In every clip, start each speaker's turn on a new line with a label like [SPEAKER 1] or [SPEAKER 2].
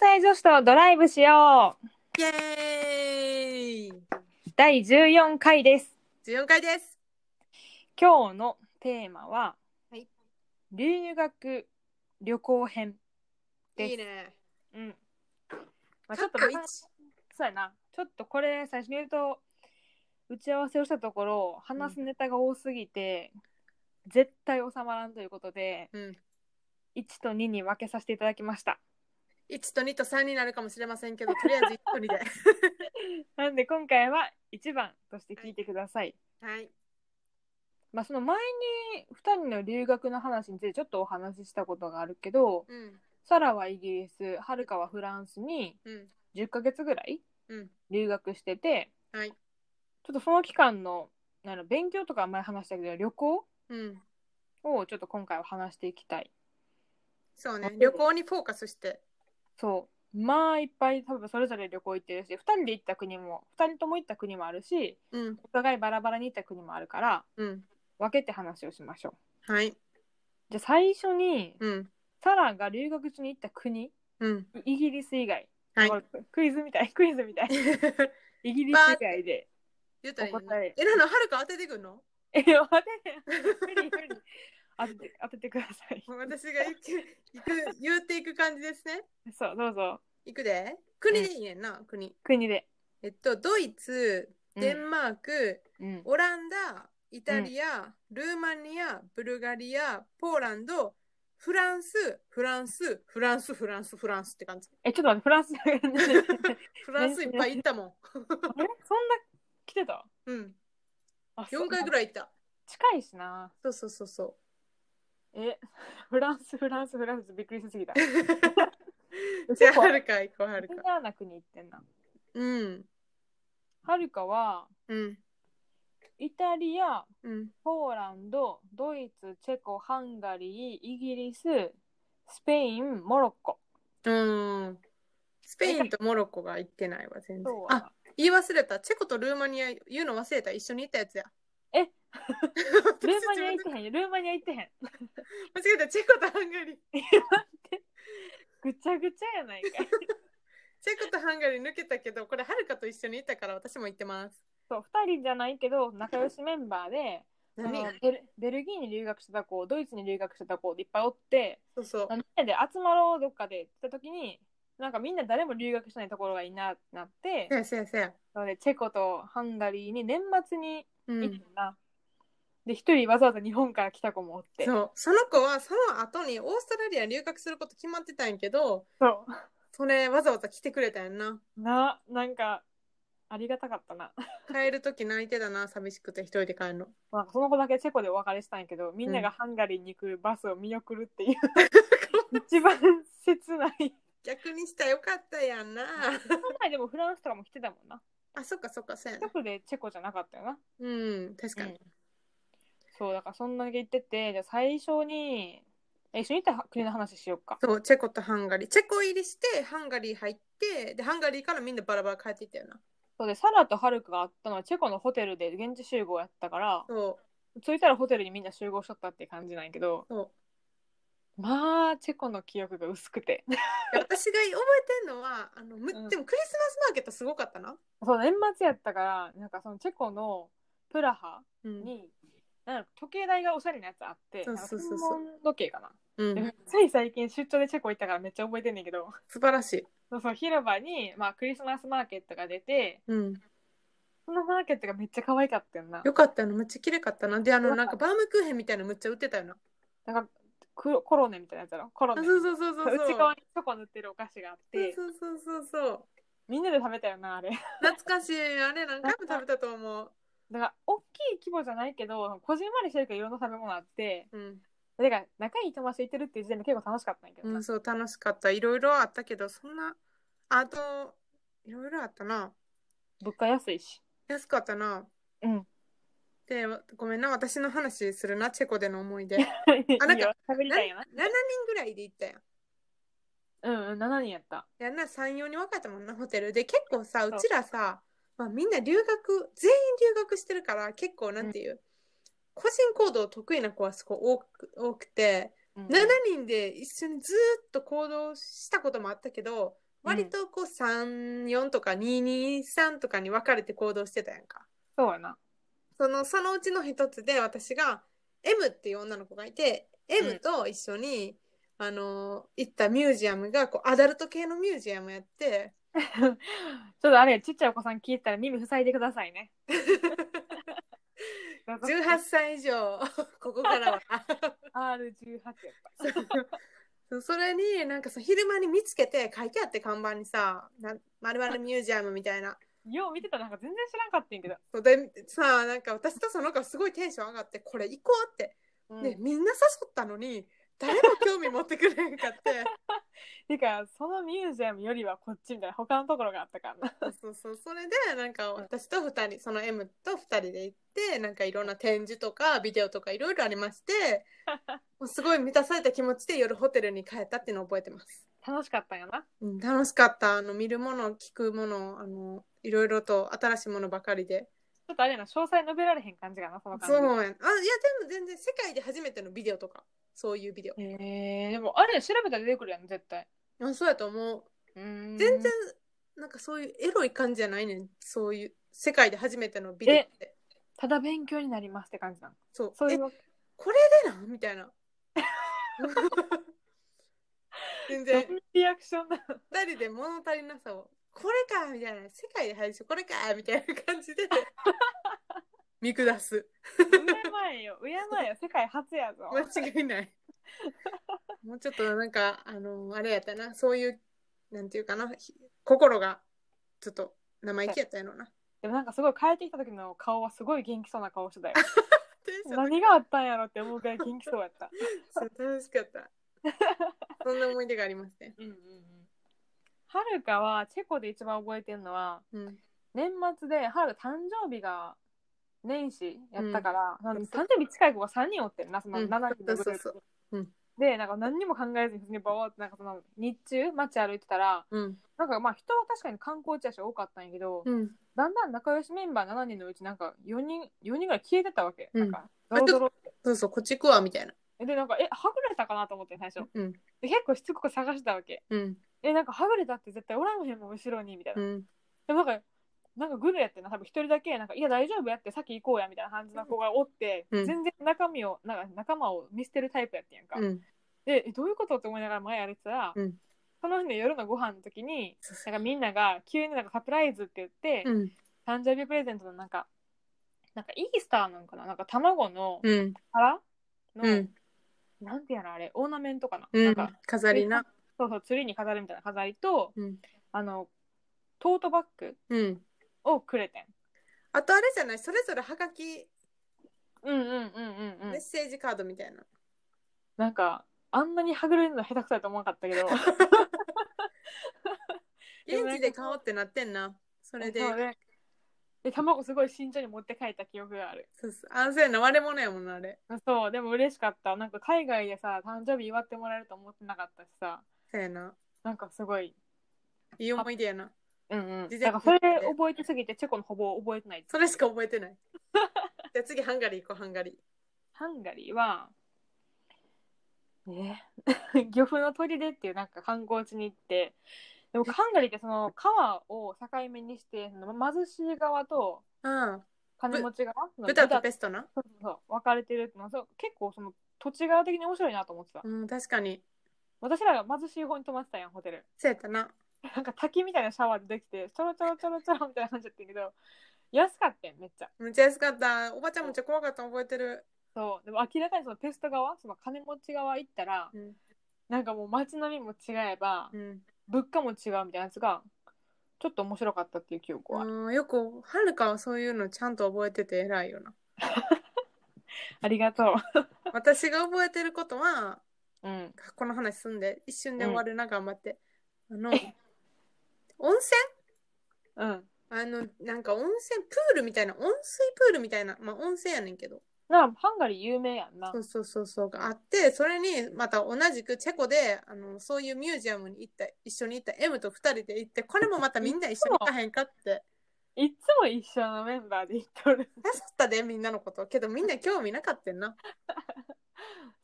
[SPEAKER 1] 内女子とドライブしよう
[SPEAKER 2] イエーイ
[SPEAKER 1] 第14回です。
[SPEAKER 2] !14 回です
[SPEAKER 1] 今日のテーマは、
[SPEAKER 2] はい
[SPEAKER 1] 留学旅行編。です
[SPEAKER 2] いいね。
[SPEAKER 1] うん。まあ、
[SPEAKER 2] 過
[SPEAKER 1] ちょっと
[SPEAKER 2] 去一
[SPEAKER 1] まあそうやな。ちょっとこれ最初に言うと、打ち合わせをしたところ、話すネタが多すぎて、絶対収まらんということで、
[SPEAKER 2] うん。
[SPEAKER 1] 1と2に分けさせていただきました。
[SPEAKER 2] 1と2と3になるかもしれませんけど、とりあえず1と2で。
[SPEAKER 1] なんで今回は1番として聞いてください。
[SPEAKER 2] はい。
[SPEAKER 1] まあ、その前に2人の留学の話についてちょっとお話ししたことがあるけど、
[SPEAKER 2] うん。
[SPEAKER 1] サラはイギリス、はるかはフランスに
[SPEAKER 2] うん。
[SPEAKER 1] 10ヶ月ぐらい
[SPEAKER 2] うん。
[SPEAKER 1] 留学してて、
[SPEAKER 2] はい。
[SPEAKER 1] ちょっとその期間のあの勉強とかは前話したけど、旅行
[SPEAKER 2] うん。
[SPEAKER 1] をちょっと今回は話していきたい。
[SPEAKER 2] そうね。旅行にフォーカスして。
[SPEAKER 1] そう。まあいっぱい多分それぞれ旅行行ってるし、2人で行った国も、2人とも行った国もあるし、
[SPEAKER 2] うん。
[SPEAKER 1] お互いバラバラに行った国もあるから、
[SPEAKER 2] うん。
[SPEAKER 1] 分けて話をしましょう。
[SPEAKER 2] はい。
[SPEAKER 1] じゃあ最初に、
[SPEAKER 2] うん。
[SPEAKER 1] サラが留学中に行った国、
[SPEAKER 2] うん。
[SPEAKER 1] イギリス以外。
[SPEAKER 2] はい。
[SPEAKER 1] これクイズみたい、 クイズみたい。イギリス以外で。
[SPEAKER 2] 言ったらいいの
[SPEAKER 1] お答え
[SPEAKER 2] え、なの、はるか当ててくんの
[SPEAKER 1] え、待て、無理無理。当てて、当ててください。
[SPEAKER 2] もう私が行く、行く、言っていく感じですね。
[SPEAKER 1] そう、どうぞ。
[SPEAKER 2] 行くで。国でいいねんな、国。
[SPEAKER 1] 国で。
[SPEAKER 2] えっと、ドイツ、
[SPEAKER 1] うん
[SPEAKER 2] デンマーク、
[SPEAKER 1] うん。
[SPEAKER 2] オランダ、イタリア、ルーマニア、ブルガリア、ポーランド、フランス、フランス、フランス、フランス、フランスって感じ。
[SPEAKER 1] え、ちょっと待って、フランス。
[SPEAKER 2] フランスいっぱい行ったもん。
[SPEAKER 1] あれそんな来てた
[SPEAKER 2] うん。
[SPEAKER 1] あ
[SPEAKER 2] 4回ぐ
[SPEAKER 1] い
[SPEAKER 2] らい行った。
[SPEAKER 1] 近いしな
[SPEAKER 2] そうそうそうそ
[SPEAKER 1] えフランスフランスフランスびっくりしすぎ た
[SPEAKER 2] う。じゃあ、はるか行こう、はる
[SPEAKER 1] メジ
[SPEAKER 2] か。
[SPEAKER 1] ャーな国行ってんな
[SPEAKER 2] うん。
[SPEAKER 1] はるかは
[SPEAKER 2] うん。
[SPEAKER 1] イタリア
[SPEAKER 2] うん。
[SPEAKER 1] ポーランドドイツチェコハンガリーイギリススペインモロッコ
[SPEAKER 2] うん。スペインとモロッコが行ってないわ、全然
[SPEAKER 1] そう。は
[SPEAKER 2] あ、言い忘れた。チェコとルーマニア言うの忘れた。一緒に行ったやつや。
[SPEAKER 1] え
[SPEAKER 2] 私
[SPEAKER 1] ルーマニア
[SPEAKER 2] 自分
[SPEAKER 1] 行って
[SPEAKER 2] で
[SPEAKER 1] へんルーマニア行ってへん
[SPEAKER 2] 間違えた。チェコとハンガリー。
[SPEAKER 1] ぐちゃぐちゃやないかい
[SPEAKER 2] チェコとハンガリー抜けたけど、これはるかと一緒にいたから私も行ってます。
[SPEAKER 1] そう2人じゃないけど仲良しメンバーでその
[SPEAKER 2] 何
[SPEAKER 1] ベルベルギーに留学してた子ドイツに留学してた子いっぱいおって
[SPEAKER 2] そうそう。
[SPEAKER 1] みんなで集まろうどっかでって言った時になんかみんな誰も留学してないところがいいなってなって、
[SPEAKER 2] せやせやせや。
[SPEAKER 1] なのでチェコとハンガリーに年末に
[SPEAKER 2] う
[SPEAKER 1] 行っ
[SPEAKER 2] ん。
[SPEAKER 1] たな、で一人わざわざ日本から来た子もおって
[SPEAKER 2] そう。その子はその後にオーストラリア留学すること決まってたんやけど、
[SPEAKER 1] そ
[SPEAKER 2] それわざわざ来てくれたやんな。
[SPEAKER 1] うななんかありがたかったな
[SPEAKER 2] 帰るとき泣いてたな、寂しくて一人で帰るの。
[SPEAKER 1] なんかその子だけチェコでお別れしたんやけどみんながハンガリーに行くバスを見送るって いう、一番切ない
[SPEAKER 2] 逆にしたらよかったやんな。
[SPEAKER 1] この前でもフランスとかも来てたもんな
[SPEAKER 2] あ、そっかそっか、せやな
[SPEAKER 1] 近。くでチェコじゃなかったよな
[SPEAKER 2] うん、確かに。
[SPEAKER 1] そうだからそんなだけ言っててじゃあ最初にえ一緒に行った国の話しようか
[SPEAKER 2] そう、チェコとハンガリー。チェコ入りして、ハンガリー入って、で、ハンガリーからみんなバラバラ帰っていったよな。
[SPEAKER 1] そうでサラとハルクがあったのはチェコのホテルで現地集合やったから
[SPEAKER 2] そ
[SPEAKER 1] 着いたらホテルにみんな集合しとったって感じなんやけど
[SPEAKER 2] う、そう。
[SPEAKER 1] まあチェコの記憶が薄くて
[SPEAKER 2] いや私が覚えてんのはあのむ
[SPEAKER 1] うん
[SPEAKER 2] でもクリスマスマーケットすごかったな、
[SPEAKER 1] そう年末やったからなんかそのチェコのプラハ
[SPEAKER 2] うん
[SPEAKER 1] に、なんか時計台がおしゃれなやつあって
[SPEAKER 2] そうそうそう
[SPEAKER 1] な
[SPEAKER 2] そう
[SPEAKER 1] んか専門時計かな、
[SPEAKER 2] うん、
[SPEAKER 1] でつい最近出張でチェコ行ったからめっちゃ覚えてんねんけど
[SPEAKER 2] 素晴らしい、
[SPEAKER 1] そうそう広場に、まあ、クリスマスマーケットが出て
[SPEAKER 2] うん、
[SPEAKER 1] そのマーケットがめっちゃ可愛かったよな
[SPEAKER 2] よかったのめっちゃ綺麗かったなであ
[SPEAKER 1] よ
[SPEAKER 2] の
[SPEAKER 1] か
[SPEAKER 2] な
[SPEAKER 1] った
[SPEAKER 2] んかバームクーヘンみたいなのめっちゃ売ってたよな
[SPEAKER 1] なんか黒コロネみたいなやつだろコロ
[SPEAKER 2] あそ
[SPEAKER 1] ネ
[SPEAKER 2] うそうそうそうそう
[SPEAKER 1] 内側にチョコ塗ってるお菓子があって
[SPEAKER 2] そうそうそうそうそう
[SPEAKER 1] みんなで食べたよなあれ
[SPEAKER 2] 懐かしいあれ何回も食べたと思う
[SPEAKER 1] だから大きい規模じゃないけどこじんまりしてるからいろんな食べ物あって
[SPEAKER 2] うん、
[SPEAKER 1] だから仲いい友達と行ってるっていう時点で結構楽しかったんやけど
[SPEAKER 2] う
[SPEAKER 1] な、
[SPEAKER 2] ん、そう楽しかったいろいろあったけどそんなあといろいろあったな
[SPEAKER 1] 物価安いし
[SPEAKER 2] 安かったな
[SPEAKER 1] うん
[SPEAKER 2] でごめんな私の話するなチェコでの思い 出7
[SPEAKER 1] あ
[SPEAKER 2] あ なんか
[SPEAKER 1] いいよ喋りたいよな
[SPEAKER 2] 人ぐらいで行ったやん
[SPEAKER 1] うんうん7人やった
[SPEAKER 2] やんな34に分かったもんなホテルで結構さうちらさ、まあ、みんな留学全員留学してるから結構なんていう、個人行動得意な子はすごい多く多くて、
[SPEAKER 1] うん
[SPEAKER 2] 7人で一緒にずーっと行動したこともあったけど割とこう34とか223とかに分かれて行動してたやんか。
[SPEAKER 1] そうやな。
[SPEAKER 2] そのそのうちの一つで私が M っていう女の子がいて
[SPEAKER 1] ん
[SPEAKER 2] M と一緒に、あの行ったミュージアムがこうアダルト系のミュージアムやって
[SPEAKER 1] ちょっとあれ、ちっちゃいお子さん聞いてたら耳塞いでください ね。
[SPEAKER 2] 18歳以 上ここからは
[SPEAKER 1] R18 やっ
[SPEAKER 2] そうそれになんかさ昼間に見つけて書いてあって看板にさ「なん〇〇ミュージアム」みたいな
[SPEAKER 1] た。よう見てたらなんか全然知らんかったんやけど。
[SPEAKER 2] そうでさなんか私とその子すごいテンション上がってこれ行こうって、
[SPEAKER 1] う
[SPEAKER 2] ね
[SPEAKER 1] ん、
[SPEAKER 2] みんな誘ったのに誰も興味持ってくれへんかって
[SPEAKER 1] てか、そのミュージアムよりはこっちみたいな他のところがあったからな。
[SPEAKER 2] そうそうそうそれでなんか私と2人その M と2人で行ってなんかいろんな展示とかビデオとかいろいろありまして もうすごい満たされた気持ちで夜ホテルに帰ったっていうのを覚えてます。
[SPEAKER 1] 楽しかったんやな。
[SPEAKER 2] うん、楽しかった。あの、見るもの、聞くもの、あの、いろいろと新しいものばかりで。
[SPEAKER 1] ちょっとあれやな、詳細述べられへん感じかな、その感
[SPEAKER 2] そ
[SPEAKER 1] じ。
[SPEAKER 2] うやん。あ、いや、でも全然世界で初めてのビデオとか、そういうビデオ。
[SPEAKER 1] えー、でもあれ調べたら出てくるやん、絶対。
[SPEAKER 2] あそうやと思う。
[SPEAKER 1] 全
[SPEAKER 2] 全然、なんかそういうエロい感じじゃないねん。そういう、世界で初めてのビデオって。
[SPEAKER 1] ただ勉強になりますって感じなの。
[SPEAKER 2] そう。
[SPEAKER 1] そうい
[SPEAKER 2] え
[SPEAKER 1] う、わ
[SPEAKER 2] これでなんみたいな。全
[SPEAKER 1] けど
[SPEAKER 2] 然
[SPEAKER 1] う、いうリアクション なの。
[SPEAKER 2] 二人で物足りなさを、これかみたいな。世界で初めてこれかみたいな感 じで、見下す。
[SPEAKER 1] 敬えよ、敬えよ、世界初やぞ。
[SPEAKER 2] 間違いないもうちょっとなんかあのあれやったなそういうなんていうかなひ心がちょっと生意気やったやろうな
[SPEAKER 1] でもなんかすごい帰ってきた時の顔はすごい元気そうな顔して たよ。
[SPEAKER 2] テンション
[SPEAKER 1] 何があったんやろって思うくらい元気そうや った。
[SPEAKER 2] 楽しかったそんな思い出がありますね
[SPEAKER 1] うんうんうん。はるかはチェコで一番覚えてるのは
[SPEAKER 2] うん
[SPEAKER 1] 年末ではるか誕生日が年始やったから、なんで誕生日近い子が3人おってるなその
[SPEAKER 2] うん
[SPEAKER 1] 7人のグループ、
[SPEAKER 2] そうそううん
[SPEAKER 1] でなんか何にも考えずに普通にバーってなんかその日中街歩いてたら
[SPEAKER 2] うん
[SPEAKER 1] なんかまあ人は確かに観光地やし多かったんやけど、
[SPEAKER 2] うん
[SPEAKER 1] だんだん仲良しメンバー7人のうちなんか4人四人ぐらい消えてたわけ、
[SPEAKER 2] うん
[SPEAKER 1] なんかドロドロって
[SPEAKER 2] そうそうこっち行くわみたいな
[SPEAKER 1] でなんかえはぐれたかなと思って最初
[SPEAKER 2] うん
[SPEAKER 1] で結構しつこく探してたわけ
[SPEAKER 2] うん
[SPEAKER 1] えなんかはぐれたって絶対おらんへんもん後ろにみたいな、
[SPEAKER 2] うん
[SPEAKER 1] でもなんか、なんかグルやってな、多分一人だけ、なんか、いや、大丈夫やって、先行こうや、みたいな感じの子がおって、
[SPEAKER 2] うん
[SPEAKER 1] 全然中身を、なんか仲間を見捨てるタイプやってんやんか。
[SPEAKER 2] うん
[SPEAKER 1] で、えどういうことって思いながら前歩いてたら、
[SPEAKER 2] うん
[SPEAKER 1] その日の夜のご飯の時に、なんかみんなが急になんかサプライズって言って、
[SPEAKER 2] うん
[SPEAKER 1] 誕生日プレゼントのなんか、なんかイースターなんかななんか卵の
[SPEAKER 2] うん
[SPEAKER 1] 殻の、
[SPEAKER 2] うん
[SPEAKER 1] なんてやらあれ、オーナメントかな、
[SPEAKER 2] う
[SPEAKER 1] なん
[SPEAKER 2] ん
[SPEAKER 1] か、
[SPEAKER 2] 飾りな
[SPEAKER 1] そうそう、釣りに飾るみたいな飾りと、
[SPEAKER 2] うん
[SPEAKER 1] あの、トートバッグ
[SPEAKER 2] うん
[SPEAKER 1] をくれてん。
[SPEAKER 2] あとあれじゃないそれぞれはがき
[SPEAKER 1] うんうんうんうんうん
[SPEAKER 2] メッ。セージカードみたいな
[SPEAKER 1] なんか、あんなにはぐれるの下手くそやと思わなかったけど。でもなん
[SPEAKER 2] 現
[SPEAKER 1] か
[SPEAKER 2] 地で買おうってなってんなそれ で
[SPEAKER 1] そうねで、卵すごい慎重に持って帰った記憶がある。
[SPEAKER 2] そうそうあそうやな割れ物やもんなあれ
[SPEAKER 1] そう、でも嬉しかった。なんか海外でさ、誕生日祝ってもらえると思ってなかったしさ、
[SPEAKER 2] そうやな。
[SPEAKER 1] なんかすごい。
[SPEAKER 2] いい思い出やな。
[SPEAKER 1] うんうん。
[SPEAKER 2] 事
[SPEAKER 1] だ
[SPEAKER 2] 前
[SPEAKER 1] からそれ覚えてすぎて、チェコのほぼ覚えてない。
[SPEAKER 2] それしか覚えて ない。じゃあ次、ハンガリー行こう、ハンガリ
[SPEAKER 1] ハンガリーは、ね、 漁夫の砦っていうなんか観光地に行って、でもハンガリーってその川を境目にして、その貧しい側と
[SPEAKER 2] ー。ああ、
[SPEAKER 1] 金持ち側、その
[SPEAKER 2] ブダとペストな。
[SPEAKER 1] そうそうそう分かれてるってのはそう結構その土地柄的に面白いなと思ってた、
[SPEAKER 2] うん、確かに。
[SPEAKER 1] 私らが貧しい方に泊まってたやんホテル
[SPEAKER 2] そうやったな。
[SPEAKER 1] なんか滝みたいなシャワーでできてちょろちょろちょろちょろみたいな感じだったけど安かったやんめっちゃ
[SPEAKER 2] めっちゃ安かった。おばちゃんめっちゃ怖かったの覚えてる。
[SPEAKER 1] そうでも明らかにそのペスト側その金持ち側行ったら
[SPEAKER 2] うん。
[SPEAKER 1] なんかもう街並みも違えば
[SPEAKER 2] うん
[SPEAKER 1] 物価も違うみたいなやつがちょっと面白かったっていう記憶はある、
[SPEAKER 2] うん、よく、はるかはそういうのちゃんと覚えてて偉いよ な。
[SPEAKER 1] ありがと
[SPEAKER 2] 私が覚えてることは、
[SPEAKER 1] ううん
[SPEAKER 2] この話すんで、一瞬で終わるな、頑張って。あの、温泉
[SPEAKER 1] うん
[SPEAKER 2] あの、なんか温泉、プールみたいな、温水プールみたいな、まあ温泉やねんけど。
[SPEAKER 1] なハンガリー有名やんな
[SPEAKER 2] そうそうそうそうがあってそれにまた同じくチェコであのそういうミュージアムに行った一緒に行った M と2人で行ってこれもまたみんな一緒に行かへんか って
[SPEAKER 1] いっつも一緒のメンバーで行っとる
[SPEAKER 2] 誘ったでみんなのことけどみんな興味なかったよな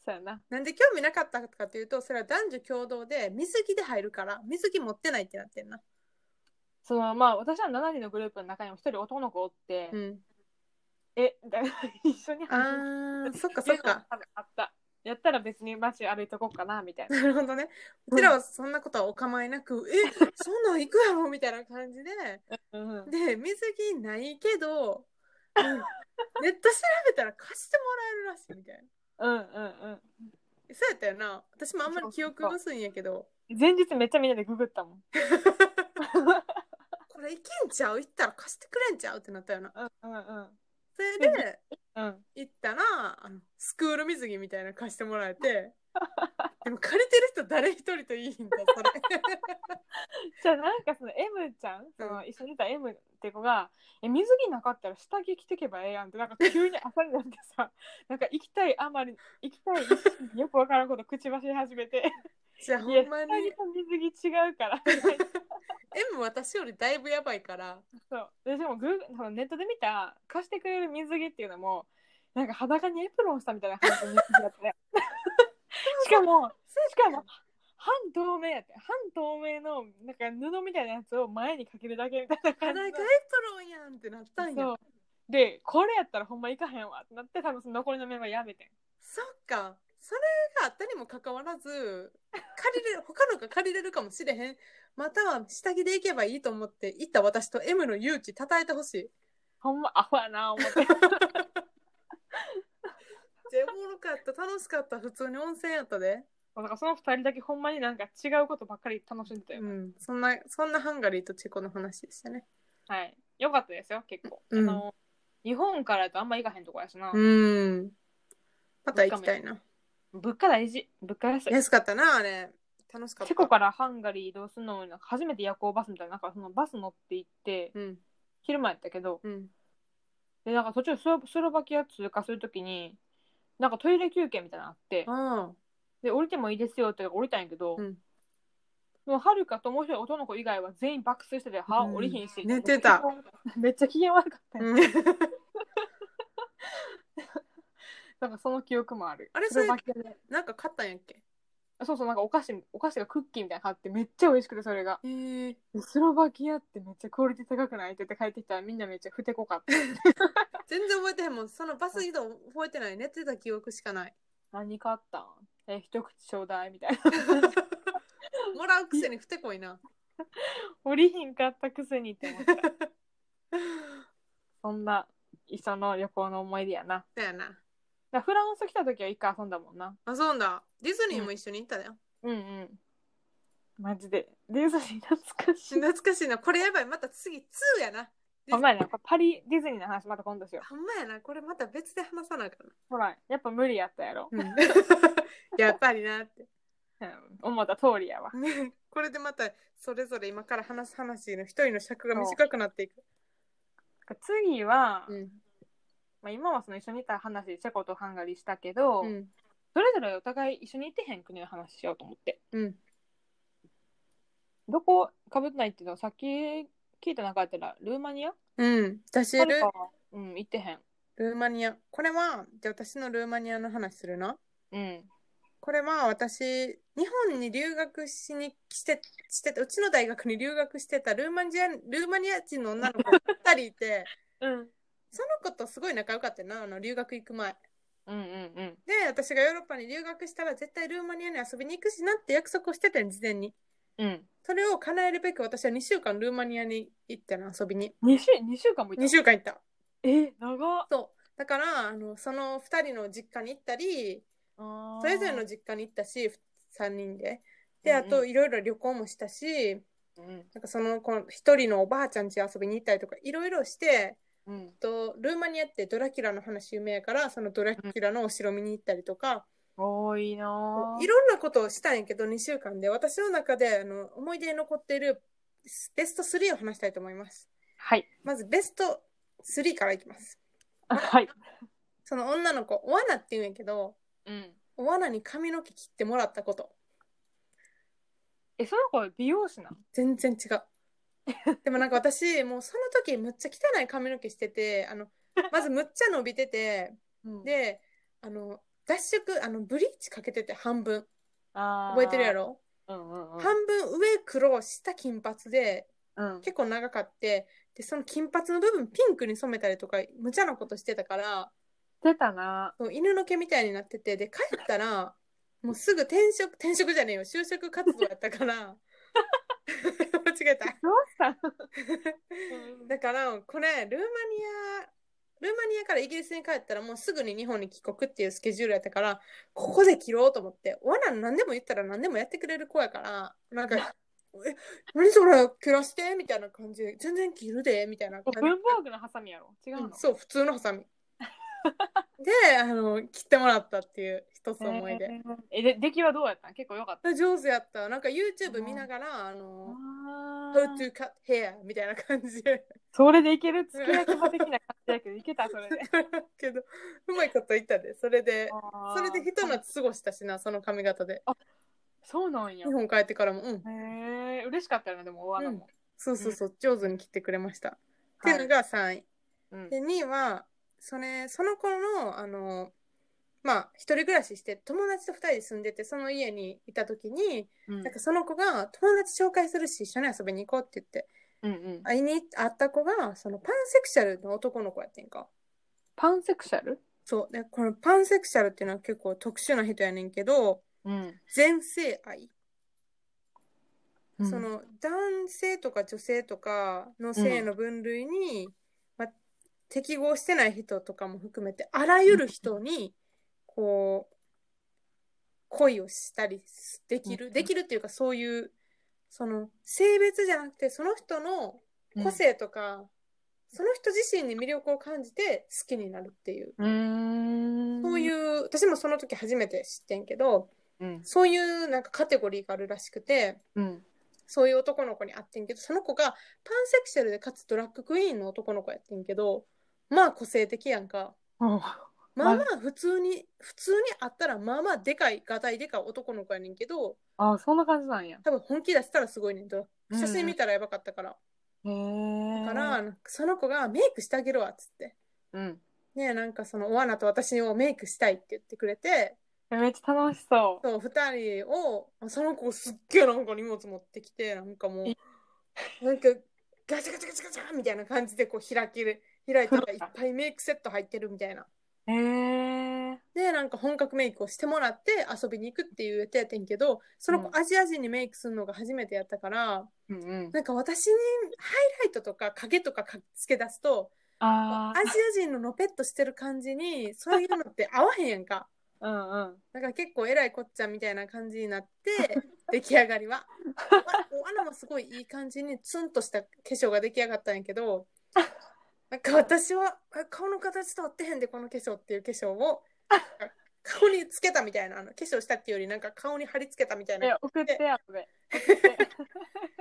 [SPEAKER 1] そうやな。
[SPEAKER 2] なんで興味なかったかっていうとそれは男女共同で水着で入るから水着持ってないってなってんな。
[SPEAKER 1] そのまあ私は7人のグループの中にも一人男の子おって、
[SPEAKER 2] うん、
[SPEAKER 1] えだ 一緒に走る
[SPEAKER 2] あーそっかそっか。
[SPEAKER 1] 多分あった。やったら別に街歩いとこうかなみたいな。
[SPEAKER 2] なるほどね。うちらはそんなことはお構いなく、え、そんなん行くやろみたいな感じで。
[SPEAKER 1] うん、
[SPEAKER 2] で、水着ないけど、うんネット調べたら貸してもらえるらしいみたいな。
[SPEAKER 1] うん、うん、
[SPEAKER 2] そうやったよな。私もあんまり記憶が薄いんやけど、
[SPEAKER 1] うん。前日めっちゃみんなでググったも ん。
[SPEAKER 2] これ行けんちゃう行ったら貸してくれんちゃうってなったよな。
[SPEAKER 1] うん、うん、
[SPEAKER 2] それで、
[SPEAKER 1] うん。うん。
[SPEAKER 2] 行ったら、あのスクール水着みたいなの貸してもらえて、でも借りてる人誰一人といいんだ、それ。
[SPEAKER 1] じゃあなんかその M ちゃん、その一緒にいた M って子が、え、水着なかったら下着着てけばええやんって、なんか急に朝になってさ、 なんか行きたいあまり、行きたい一心によくわからんこと口走り始めて、
[SPEAKER 2] じゃあ
[SPEAKER 1] い
[SPEAKER 2] ほ
[SPEAKER 1] や、
[SPEAKER 2] ん
[SPEAKER 1] 下
[SPEAKER 2] ま
[SPEAKER 1] 着
[SPEAKER 2] に、
[SPEAKER 1] と水着違うから。
[SPEAKER 2] M 私よりだいぶやばいから、
[SPEAKER 1] そう。で、しかもグーグルそのネットで見た、貸してくれる水着っていうのも、なんか裸にエプロンしたみたいな感じの水着だった ね。しかも、しかも、半透明やって、半透明の、なんか布みたいなやつを前にかけるだけみたいな感じ
[SPEAKER 2] 裸エ
[SPEAKER 1] の
[SPEAKER 2] プロンやんってなったんや。
[SPEAKER 1] そうでこれやったらほんま行かへんわってなって多分その残りのメンバーやめてん
[SPEAKER 2] そっか。それがあったにもかかわらず、借りれる、 他のが借りれるかもしれへん。または下着で行けばいいと思って、行った私と M の勇気称えてほしい。
[SPEAKER 1] ほんまアホやな思って
[SPEAKER 2] で、おもろかった、楽しかった、普通に温泉やったで。
[SPEAKER 1] なんかその二人だけほんまになんか違うことばっかり楽しんでたよ、
[SPEAKER 2] うん。そんな、そんなハンガリーとチェコの話でしたね。
[SPEAKER 1] はいよかったですよ結構、
[SPEAKER 2] うん
[SPEAKER 1] あの日本からやとあんま行かへんとこやしな、
[SPEAKER 2] うん。また行きたいな。
[SPEAKER 1] 物価大事物価安い
[SPEAKER 2] 安かったな、あれ。楽しかった。
[SPEAKER 1] チェコからハンガリー移動するのになんか初めて夜行バスみたいななんかそのバス乗って行って、
[SPEAKER 2] うん。
[SPEAKER 1] 昼間やったけど
[SPEAKER 2] うん。
[SPEAKER 1] でなんか途中スロスロバキア通過するときになんかトイレ休憩みたいなのあって、
[SPEAKER 2] ああ。
[SPEAKER 1] で降りてもいいですよって降りたんやけど、
[SPEAKER 2] うん
[SPEAKER 1] もうはるかともう一人男の子以外は全員爆睡してて歯
[SPEAKER 2] うん
[SPEAKER 1] 降りひんし、
[SPEAKER 2] 寝てた
[SPEAKER 1] めっちゃ機嫌悪かったよ、
[SPEAKER 2] うん
[SPEAKER 1] なんかその記憶もある
[SPEAKER 2] あれ
[SPEAKER 1] それ
[SPEAKER 2] そ
[SPEAKER 1] だ
[SPEAKER 2] れ
[SPEAKER 1] けで
[SPEAKER 2] なんか買ったんやっけ
[SPEAKER 1] そうそうなんかお菓子お菓子がクッキーみたいなの買ってめっちゃ美味しくてそれが
[SPEAKER 2] えー、
[SPEAKER 1] スロバキアってめっちゃクオリティ高くないって言って帰ってきたらみんなめっちゃふてこか った
[SPEAKER 2] 全然覚えてへんもん。そのバス移動覚えてない。寝てた記憶しかない。
[SPEAKER 1] 何買ったんえ一口ちょうだいみたいな
[SPEAKER 2] もらうくせにふてこいな。
[SPEAKER 1] 降りひんかったくせにって思った そんな一緒の旅行の思い出やな
[SPEAKER 2] だよな。
[SPEAKER 1] だからフランス来た時は一回遊んだもんな
[SPEAKER 2] 遊んだ。ディズニーも一緒に行っただよ。
[SPEAKER 1] うんうん。マジで。ディズニー懐かしい。
[SPEAKER 2] 懐かしいな。これやばい。また次2やな。
[SPEAKER 1] ほんまやな。これパリディズニーの話また今度しよう。
[SPEAKER 2] ほんまやな。これまた別で話さなあかんな。
[SPEAKER 1] ほら、やっぱ無理やったやろ。
[SPEAKER 2] やっぱりなって。
[SPEAKER 1] うん思った通りやわ。
[SPEAKER 2] ねこれでまたそれぞれ今から話す話の一人の尺が短くなっていく。
[SPEAKER 1] 次は、
[SPEAKER 2] うん。
[SPEAKER 1] まあ、今はその一緒にいた話でチェコとハンガリーしたけど、
[SPEAKER 2] うん。
[SPEAKER 1] それぞれお互い一緒に行ってへん国の話しようと思って。
[SPEAKER 2] うん。
[SPEAKER 1] どこかぶってないっていうのはさっき聞いた中やったらルーマニア
[SPEAKER 2] うん。私、
[SPEAKER 1] は
[SPEAKER 2] ル
[SPEAKER 1] るかはうん、行ってへん。
[SPEAKER 2] ルーマニア。これは、じゃあ私のルーマニアの話するな。
[SPEAKER 1] うん。
[SPEAKER 2] これは私、日本に留学しに来て、してた、うちの大学に留学してたルーマニア、ルーマニア人の女の子が2人 いて、
[SPEAKER 1] うん。
[SPEAKER 2] その子とすごい仲良かったよな、あの、留学行く前。
[SPEAKER 1] うんうんうん。
[SPEAKER 2] で、私がヨーロッパに留学したら絶対ルーマニアに遊びに行くしなって約束をしてたん、事前に。
[SPEAKER 1] うん。
[SPEAKER 2] それを叶えるべく私は2週間ルーマニアに行ったの、遊びに。
[SPEAKER 1] 2週、二週間も行っ
[SPEAKER 2] 2
[SPEAKER 1] た
[SPEAKER 2] 週間行った。
[SPEAKER 1] え、長っ。
[SPEAKER 2] そう。だから、あの、その2人の実家に行ったり、それぞれの実家に行ったし、3人で。で、あ
[SPEAKER 1] うん
[SPEAKER 2] と、
[SPEAKER 1] う
[SPEAKER 2] いろいろ旅行もしたし、
[SPEAKER 1] うん。
[SPEAKER 2] なんかそのこの一人のおばあちゃん家遊びに行ったりとかいろいろして
[SPEAKER 1] うん。
[SPEAKER 2] とルーマニアってドラキュラの話有名やからそのドラキュラのお城見に行ったりとか、
[SPEAKER 1] 多いなぁ
[SPEAKER 2] いろんなことをしたんやけど2週間で私の中であの思い出に残っているベスト3を話したいと思います
[SPEAKER 1] はい。
[SPEAKER 2] まずベスト3からいきます
[SPEAKER 1] はい。
[SPEAKER 2] その女の子おわなって言うんやけど
[SPEAKER 1] うん。
[SPEAKER 2] おわなに髪の毛切ってもらったこと
[SPEAKER 1] え、その子美容師なの
[SPEAKER 2] 全然違う。でもなんか私、もうその時むっちゃ汚い髪の毛してて、あの、まずむっちゃ伸びてて、
[SPEAKER 1] うん、
[SPEAKER 2] で、あの、合宿あのブリーチかけてて半分覚
[SPEAKER 1] 覚
[SPEAKER 2] えてるや。ろ、
[SPEAKER 1] うんうんうん。
[SPEAKER 2] 半分上黒下金髪で
[SPEAKER 1] うん、
[SPEAKER 2] 結構長かってでその金髪の部分ピンクに染めたりとか無茶なことしてたから
[SPEAKER 1] 出た な。
[SPEAKER 2] そう犬の毛みたいになっててで帰ったらもうすぐ転職転職じゃねえよ就職活動やっ たから 間違えた
[SPEAKER 1] どうしたの
[SPEAKER 2] だからこれルーマニアルーマニアからイギリスに帰ったらもうすぐに日本に帰国っていうスケジュールやったからここで切ろうと思ってわな何でも言ったら何でもやってくれる子やからなんか「え何それ切らして」みたいな感じで「全然切るで」みたいな感じ
[SPEAKER 1] 文房具のハサミやろ違うの、
[SPEAKER 2] うんそう普通のハ サミであの切ってもらったっていう一つの思い出、
[SPEAKER 1] えーえで出来はどうやったん結構良かった。
[SPEAKER 2] 上手やったなんか YouTube 見ながら「あの
[SPEAKER 1] あ
[SPEAKER 2] How to cut hair」みたいな感じ で
[SPEAKER 1] それでいける付け焼き場的な感じだけどいけたそれで。
[SPEAKER 2] けどうまいこと言ったでそれで
[SPEAKER 1] あー
[SPEAKER 2] それで一夏過ごしたしなその髪型で
[SPEAKER 1] そうなんや
[SPEAKER 2] 日。本帰ってからもうん
[SPEAKER 1] へえ嬉しかったよねでも終わるのも。
[SPEAKER 2] そうそうそう上手に切ってくれました、
[SPEAKER 1] はい
[SPEAKER 2] っていうのが3位
[SPEAKER 1] うん
[SPEAKER 2] で2位はそれその子のあのまあ一人暮らしして友達と2人で住んでてその家にいた時に
[SPEAKER 1] うん
[SPEAKER 2] なんかその子が友達紹介するし一緒に遊びに行こうって言って
[SPEAKER 1] うんうん。
[SPEAKER 2] 会いに会った子がそのパンセクシャルの男の子やってんか
[SPEAKER 1] パンセクシャル？
[SPEAKER 2] そうでこのパンセクシャルっていうのは結構特殊な人やねんけど
[SPEAKER 1] うん。
[SPEAKER 2] 全性愛
[SPEAKER 1] うん
[SPEAKER 2] その男性とか女性とかの性の分類に、まあ、適合してない人とかも含めてあらゆる人にこう恋をしたりすでき
[SPEAKER 1] う
[SPEAKER 2] る
[SPEAKER 1] ん
[SPEAKER 2] できるっていうかそういうその性別じゃなくてその人の個性とか、その人自身に魅力を感じて好きになるっていう
[SPEAKER 1] うーん。。
[SPEAKER 2] そういうう私もその時初めて知ってんけど
[SPEAKER 1] うん
[SPEAKER 2] そういうなんかカテゴリーがあるらしくて。
[SPEAKER 1] うん。
[SPEAKER 2] そういう男の子に会ってんけど、その子がパンセクシャルでかつドラッグクイーンの男の子やってんけど、まあ個性的やんか。まあまあ普通に、普通に会ったらまあまあでかい、がたいでかい男の子やねんけど、
[SPEAKER 1] あそんな感じなんや。
[SPEAKER 2] 多分本気出したらすごいねんと。
[SPEAKER 1] うん
[SPEAKER 2] 写真見たらやばかったから。
[SPEAKER 1] へえ。
[SPEAKER 2] だから、なんかその子がメイクしてあげるわっつって。
[SPEAKER 1] うん。
[SPEAKER 2] ねえなんかそのお穴と私をメイクしたいって言ってくれて、
[SPEAKER 1] めっちゃ楽しそう。
[SPEAKER 2] そう、二人を、その子すっげえなんか荷物持ってきて、なんかも
[SPEAKER 1] え
[SPEAKER 2] う、なんかガチャガチャガチャガチャみたいな感じでこう開ける、開いたらいっぱいメイクセット入ってるみたいな。
[SPEAKER 1] へえ。
[SPEAKER 2] で、なんか本格メイクをしてもらって遊びに行くって言うてやってんけど、その
[SPEAKER 1] うん
[SPEAKER 2] 子アジア人にメイクするのが初めてやったから、
[SPEAKER 1] うんうん。
[SPEAKER 2] なんか私にハイライトとか影とかかつけ出すと、
[SPEAKER 1] あ
[SPEAKER 2] アジア人ののぺっとしてる感じに、そういうのって合わへんやんか。
[SPEAKER 1] あ。うんうん。
[SPEAKER 2] だから結構えらいこっちゃみたいな感じになって 出来上がりはおお穴もすごいいい感じにツンとした化粧が出来上がったんやけどなんか私はあ顔の形と合ってへんでこの化粧っていう化粧を顔につけたみたいなあの化粧したっていうよりなんか顔に貼り付けたみたい
[SPEAKER 1] え
[SPEAKER 2] な
[SPEAKER 1] 送ってや べ。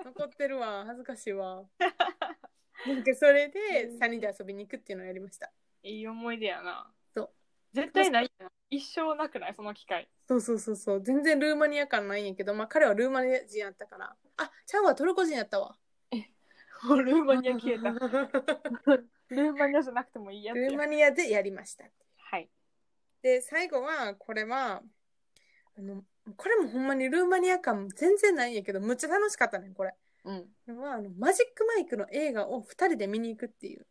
[SPEAKER 2] 残ってるわ恥ずかし いわなんかそれで
[SPEAKER 1] うん
[SPEAKER 2] 3人で遊びに行くっていうのをやりました
[SPEAKER 1] いい思い出やな。
[SPEAKER 2] そう。
[SPEAKER 1] 絶対ないやん一生なくないその機 会。
[SPEAKER 2] そうそうそうそう全然ルーマニア感ないんやけどまあ彼はルーマニア人やったからあちゃうわトルコ人やったわ
[SPEAKER 1] もうルーマニア消え た。ル
[SPEAKER 2] ル
[SPEAKER 1] ーマニアじゃなくてもいいやつや
[SPEAKER 2] ーマニアでやりました。
[SPEAKER 1] はい。
[SPEAKER 2] で、最後は、これは、あの、これもほんまにルーマニア感全然ないんやけど、むっちゃ楽しかったね、これ。
[SPEAKER 1] うん。
[SPEAKER 2] これはあのマジックマイクの映画を2人で見に行くっていう。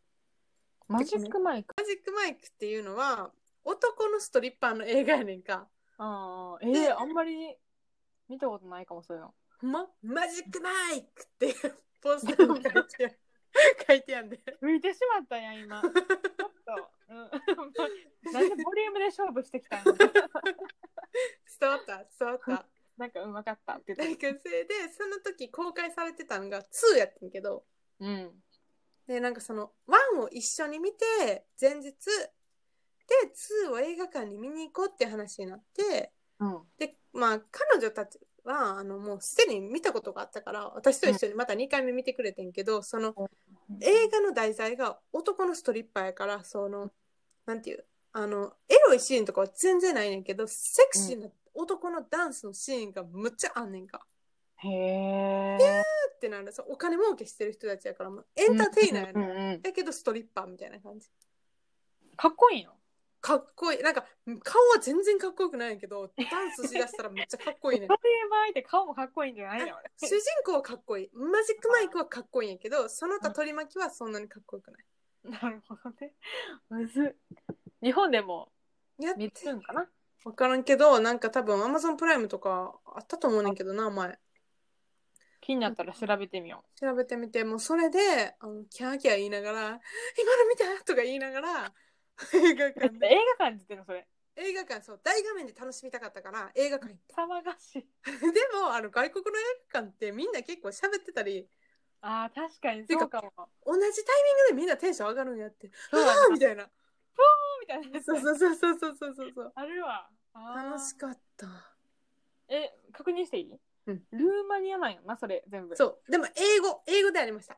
[SPEAKER 1] マジックマイク。
[SPEAKER 2] マジックマイクっていうのは、男のストリッパーの映画やねんか。
[SPEAKER 1] ああ。ええあんまり見たことないかもそういうの。
[SPEAKER 2] ほんまマジックマイクっていう ポスターを書いてある 書いてあんで。
[SPEAKER 1] 浮いてしまったやん今。ちょっ と。うん。なんでボリュームで勝負してきたん
[SPEAKER 2] 伝わった伝わった。
[SPEAKER 1] なんかうんわかったって
[SPEAKER 2] な
[SPEAKER 1] 言
[SPEAKER 2] ん
[SPEAKER 1] って。
[SPEAKER 2] かそれで、その時公開されてたのが2やってんけど、
[SPEAKER 1] うん。
[SPEAKER 2] でなんかその1を一緒に見て前日で2を映画館に見に行こうって話になって
[SPEAKER 1] うん。
[SPEAKER 2] でまあ彼女たちはあのもうすでに見たことがあったから私と一緒にまた2回目見てくれてんけどその映画の題材が男のストリッパーやからそのなんていうあのエロいシーンとかは全然ないねんけどセクシーな男のダンスのシーンがむっちゃあんねんか。
[SPEAKER 1] へえ。
[SPEAKER 2] ってなるそうお金儲けしてる人たちやからもうエンターテイナーや
[SPEAKER 1] う
[SPEAKER 2] ねん
[SPEAKER 1] んうん。
[SPEAKER 2] だけどストリッパーみたいな感じ。
[SPEAKER 1] かっこいいの。
[SPEAKER 2] かっこいいなんか顔は全然かっこよくないけどダンスしだしたらめっちゃ かっこいいねん
[SPEAKER 1] そういう場合って顔もかっこいいんじゃないの
[SPEAKER 2] 主人公はかっこいいマジックマイクはかっこいいんやけどその他取り巻きはそんなにかっこよくない
[SPEAKER 1] なるほどね。むずい。日本でも
[SPEAKER 2] やっ
[SPEAKER 1] 見つるんかな
[SPEAKER 2] 分からんけどなんか多分アマゾンプライムとかあったと思うねんけどな前
[SPEAKER 1] 気になったら調べてみよ
[SPEAKER 2] 調べてみてもうそれであのキャーキャー言いながら「今 の見た!」とか言いながら映画
[SPEAKER 1] う。え
[SPEAKER 2] 館
[SPEAKER 1] っと
[SPEAKER 2] で
[SPEAKER 1] 映画館に出てるのそれ。
[SPEAKER 2] 映画館そう大画面で楽しみたかった から映画館行っ
[SPEAKER 1] 騒がしい。
[SPEAKER 2] たでもあの外国の映画館ってみんな結構喋ってたり
[SPEAKER 1] ああ、確かにそうかも。
[SPEAKER 2] 同じタイミングでみんなテンション上がるんやって「
[SPEAKER 1] そうだ
[SPEAKER 2] ああ!」
[SPEAKER 1] な
[SPEAKER 2] みたいな
[SPEAKER 1] みたいなやつ
[SPEAKER 2] そうそうそうそうそうそうそうそう
[SPEAKER 1] あるわ。あー
[SPEAKER 2] 楽しかった
[SPEAKER 1] え、確認していい
[SPEAKER 2] うん
[SPEAKER 1] ルーマニアなんやな、それ全部。
[SPEAKER 2] そうでも英語英語でありました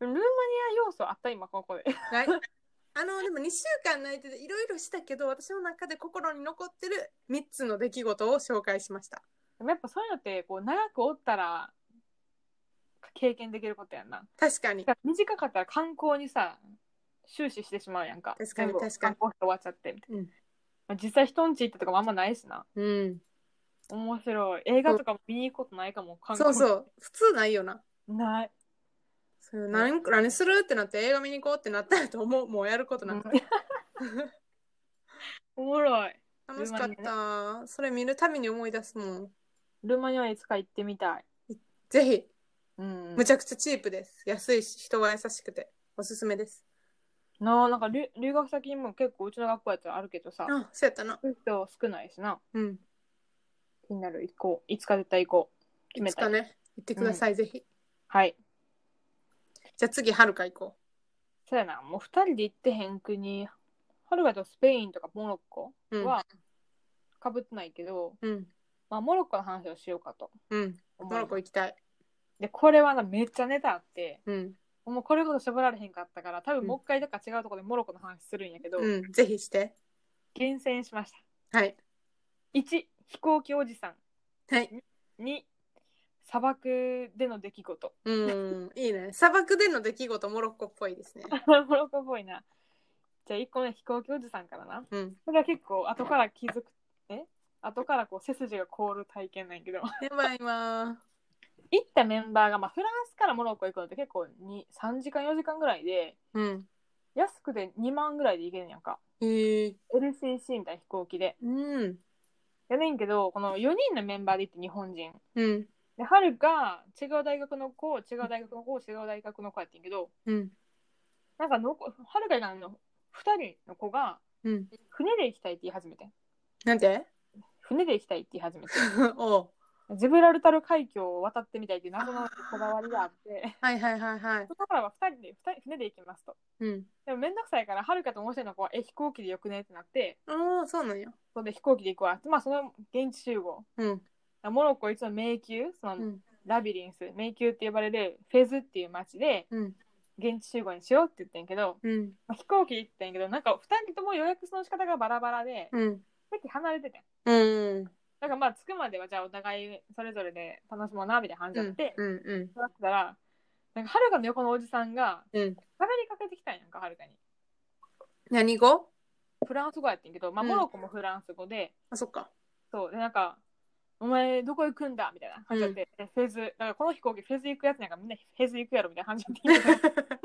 [SPEAKER 1] ルーマニア要素あった、今ここで。
[SPEAKER 2] はい あのでも2週間泣いてていろいろしたけど私の中で心に残ってる3つの出来事を紹介しました
[SPEAKER 1] でもやっぱそういうのって、こう、長くおったら、経験できることやんな。
[SPEAKER 2] 確かに
[SPEAKER 1] だから短かったら観光にさ、終始してしまうやんか。
[SPEAKER 2] 確かに
[SPEAKER 1] 全部
[SPEAKER 2] 確か
[SPEAKER 1] 観
[SPEAKER 2] に
[SPEAKER 1] 光して終わっちゃってみたいな。
[SPEAKER 2] うん
[SPEAKER 1] まあ、実際人んち行ったとかもあんまないしな。
[SPEAKER 2] うん
[SPEAKER 1] 面白い。映画とかも見に行くことないかも。観
[SPEAKER 2] そう
[SPEAKER 1] 光
[SPEAKER 2] そう普通ないよな
[SPEAKER 1] ない。
[SPEAKER 2] それ何何するってなって映画見に行こうってなったらと思うもうやることなくて
[SPEAKER 1] おもろい。
[SPEAKER 2] 楽しかったそれ見るために思い出すもん
[SPEAKER 1] ルーマニアいつか行ってみたい。
[SPEAKER 2] ぜひ
[SPEAKER 1] うん
[SPEAKER 2] むちゃくちゃチープです安いし人が優しくておすすめです
[SPEAKER 1] なあ、なんか留留学先にも結構うちの学校やったらあるけどさ、
[SPEAKER 2] あそうやったな
[SPEAKER 1] そういう人少ないしな。
[SPEAKER 2] うん
[SPEAKER 1] 気になる。行こう。いつか絶対行こう。決
[SPEAKER 2] い
[SPEAKER 1] め
[SPEAKER 2] つ
[SPEAKER 1] た
[SPEAKER 2] か
[SPEAKER 1] い。
[SPEAKER 2] ね行ってください、ぜひ
[SPEAKER 1] はい。
[SPEAKER 2] じゃあ次はるか行こ
[SPEAKER 1] そうやな。もう二人で行ってへん国。はるかとスペインとかモロッコ
[SPEAKER 2] ううん
[SPEAKER 1] はかぶってないけど、
[SPEAKER 2] うん
[SPEAKER 1] まあ、モロッコの話をしようかと
[SPEAKER 2] うん
[SPEAKER 1] 思い
[SPEAKER 2] モロッコ行きたい
[SPEAKER 1] でこれはなめっちゃネタあって
[SPEAKER 2] うん
[SPEAKER 1] もうこれこそ絞られへんかったから多
[SPEAKER 2] うん
[SPEAKER 1] 分もう一回だから違うところでモロッコの話するんやけど、
[SPEAKER 2] うんぜひして
[SPEAKER 1] 厳選しました
[SPEAKER 2] はい
[SPEAKER 1] 1飛行機おじさ
[SPEAKER 2] はい
[SPEAKER 1] ん2砂漠での出来事
[SPEAKER 2] うんいいね砂漠での出来事モロッコっぽいです ね
[SPEAKER 1] モロッコっぽいなじゃあ1個目飛行機おじさんからな
[SPEAKER 2] うん
[SPEAKER 1] これは結構後から気づくえ後からこう背筋が凍る体験なんやけど行
[SPEAKER 2] やばいわ
[SPEAKER 1] ったメンバーが、まあ、フランスからモロッコ行くのって結構に3時間4時間ぐらいで
[SPEAKER 2] ーうん
[SPEAKER 1] 安くて2万ぐらいで行けるんやんか
[SPEAKER 2] へえ
[SPEAKER 1] LCC みたいな飛行機で。
[SPEAKER 2] うん
[SPEAKER 1] やねんけど、この4人のメンバーで行って日本人。
[SPEAKER 2] うん
[SPEAKER 1] で、春が違う大学の子、違う大学の子、違う大学の子やってんけど、
[SPEAKER 2] うん
[SPEAKER 1] なんかのこ、春が以外の2人の子が、
[SPEAKER 2] うん
[SPEAKER 1] 船で行きたいって言い始めてん。
[SPEAKER 2] なんて
[SPEAKER 1] 船で行きたいって言い始めてん。
[SPEAKER 2] おう
[SPEAKER 1] ジブラルタル海峡を渡ってみたいっていう謎のこだわりがあって、
[SPEAKER 2] はいはいはいはい
[SPEAKER 1] だからは2人で、二人船で行きますと。
[SPEAKER 2] うん
[SPEAKER 1] でもめんどくさいから、春かともう一人の子は、え、飛行機でよくねってなって、
[SPEAKER 2] ああそうなんや
[SPEAKER 1] それで飛行機で行くわって、まあその現地集合。
[SPEAKER 2] うん
[SPEAKER 1] モロッコいつも迷宮、その、
[SPEAKER 2] うん
[SPEAKER 1] ラビリンス迷宮って呼ばれるフェズっていう街で
[SPEAKER 2] うん
[SPEAKER 1] 現地集合にしようって言ってんけど、
[SPEAKER 2] うん
[SPEAKER 1] まあ、飛行機で行ってんけどなんか2人とも予約の仕方がバラバラで、
[SPEAKER 2] うん
[SPEAKER 1] 席離れててん
[SPEAKER 2] うん
[SPEAKER 1] だからまあ着くまではじゃあお互いそれぞれで楽しもうなみたいな感じになって、
[SPEAKER 2] うんうん
[SPEAKER 1] 座ってたらなんかはるかの横のおじさんが
[SPEAKER 2] うん
[SPEAKER 1] 喋りかけてきたんやんかはるかに
[SPEAKER 2] 何語
[SPEAKER 1] フランス語やってんけど、まあ、
[SPEAKER 2] うん
[SPEAKER 1] モロッコもフランス語で、
[SPEAKER 2] あそ っか
[SPEAKER 1] そうでなんか「お前どこ行くんだ?」みたいな感じになって、でフェズだからこの飛行機フェズ行くやつなんかみんなフェズ行くやろみたいな感じになって